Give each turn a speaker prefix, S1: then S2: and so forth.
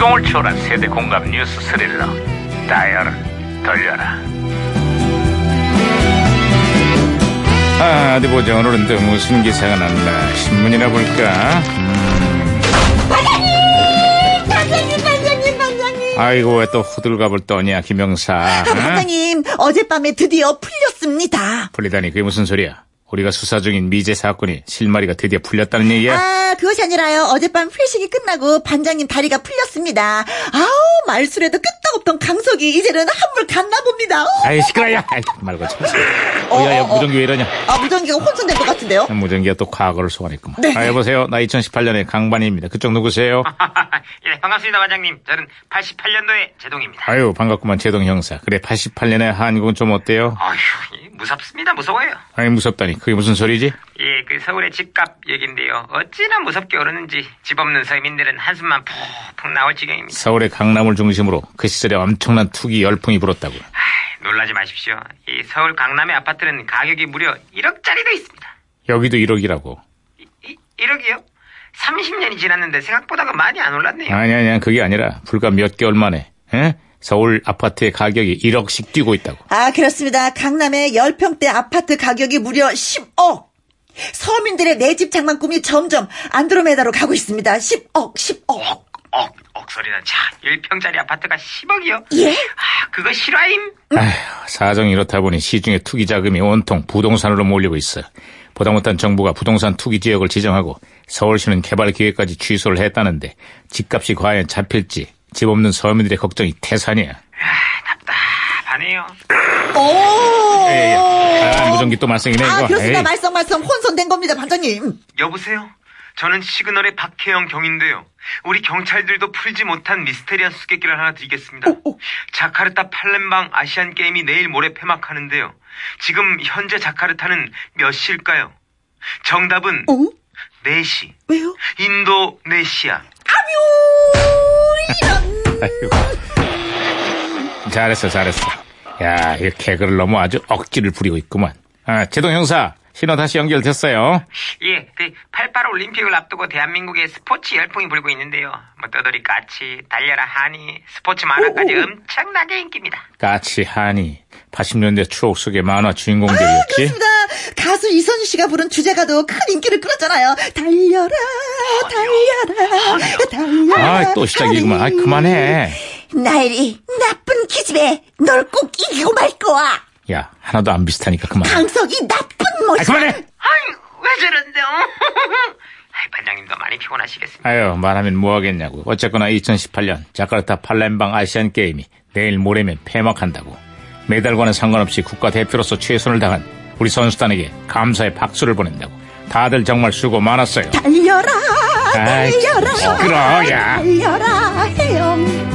S1: 감동을 초월한 세대 공감 뉴스 스릴러 다이얼 돌려라
S2: 아, 어디 보자. 오늘은 또 무슨 기사가 난다. 신문이나 볼까?
S3: 반장님, 반장님, 반장님.
S2: 아이고, 왜 또 호들갑을 떠냐, 김영사.
S3: 아,
S2: 응?
S3: 반장님, 어젯밤에 드디어 풀렸습니다.
S2: 풀리다니, 그게 무슨 소리야? 우리가 수사 중인 미제 사건이 실마리가 드디어 풀렸다는 얘기야?
S3: 아, 그것이 아니라요. 어젯밤 회식이 끝나고 반장님 다리가 풀렸습니다. 아우, 말술에도 끄떡없던 강석이 이제는 한물 갔나 봅니다. 어?
S2: 아이, 시끄러워. 아이, 말고 참. 어, 야, 야,
S3: 어, 어.
S2: 무전기 왜 이러냐?
S3: 아, 무전기가 혼선된 것 같은데요?
S2: 무전기가 또 과거를 소환했구만.
S3: 네.
S2: 아, 여보세요. 나 2018년의 강반입니다. 그쪽 누구세요?
S4: 예, 반갑습니다, 반장님. 저는 88년도에 제동입니다.
S2: 아유, 반갑구만, 제동 형사. 그래, 88년의 한국은 좀 어때요?
S4: 아휴, 이 무섭습니다, 무서워요.
S2: 아니, 무섭다니. 그게 무슨 소리지?
S4: 예, 그 서울의 집값 얘긴데요. 어찌나 무섭게 오르는지 집 없는 서민들은 한숨만 푹푹 나올 지경입니다.
S2: 서울의 강남을 중심으로 그 시절에 엄청난 투기 열풍이 불었다고.
S4: 아, 놀라지 마십시오. 이 서울 강남의 아파트는 가격이 무려 1억짜리도 있습니다.
S2: 여기도 1억이라고.
S4: 이, 이, 1억이요? 30년이 지났는데 생각보다가 많이 안 올랐네요.
S2: 아니, 아니, 아니, 그게 아니라 불과 몇 개월 만에 에? 서울 아파트의 가격이 1억씩 뛰고 있다고.
S3: 아, 그렇습니다. 강남의 10평대 아파트 가격이 무려 10억. 서민들의 내 집 장만 꿈이 점점 안드로메다로 가고 있습니다. 10억, 10억.
S4: 억, 억 소리는 자, 1평짜리 아파트가 10억이요?
S3: 예?
S4: 아, 그거 실화임?
S2: 아휴, 사정이 이렇다 보니 시중의 투기 자금이 온통 부동산으로 몰리고 있어. 보다 못한 정부가 부동산 투기 지역을 지정하고 서울시는 개발 기획까지 취소를 했다는데 집값이 과연 잡힐지 집 없는 서민들의 걱정이 태산이야.
S4: 답답하네요.
S3: 오!
S2: 예, 예. 아, 무전기 또 말썽이네 이거.
S3: 아, 그렇습니다.
S2: 에이.
S3: 말썽말썽 혼선된 겁니다, 반장님. 음.
S4: 여보세요? 저는 시그널의 박혜영 경인데요. 우리 경찰들도 풀지 못한 미스테리한 수수께끼를 하나 드리겠습니다. 자카르타 팔렘방 아시안 게임이 내일 모레 폐막하는데요. 지금 현재 자카르타는 몇 시일까요? 정답은
S3: 어?
S4: 4시.
S3: 왜요?
S4: 인도네시아.
S2: 잘했어, 잘했어. 야, 이 개그를 너무 아주 억지를 부리고 있구만. 아, 제동 형사, 신호 다시 연결됐어요.
S4: 예, 그 88 올림픽을 앞두고 대한민국의 스포츠 열풍이 불고 있는데요. 뭐 떠돌이 까치, 달려라 하니, 스포츠 만화까지 엄청나게 인기입니다.
S2: 까치 하니 80년대 추억 속의 만화
S3: 아,
S2: 주인공들이었지.
S3: 그렇습니다. 가수 이선희 씨가 부른 주제가도 큰 인기를 끌었잖아요. 달려라, 달려라, 달려라.
S2: 아, 또 시작이구만. 아, 그만해.
S3: 나일이 나쁜 기집애, 널 꼭 이기고 말 거야.
S2: 야, 하나도 안 비슷하니까 그만.
S3: 강석이 나쁜 모습.
S2: 아, 그만해.
S4: 아이, 왜 저런데요? 아이, 반장님도 많이 피곤하시겠습니다.
S2: 아유, 말하면 뭐 하겠냐고. 어쨌거나 2018년 자카르타 팔렘방 아시안 게임이 내일 모레면 폐막한다고. 메달과는 상관없이 국가 대표로서 최선을 다한 우리 선수단에게 감사의 박수를 보낸다고. 다들 정말 수고 많았어요.
S3: 달려라,
S2: 아이,
S3: 달려라.
S2: 시끄러워, 야.
S3: 달려라, 해영.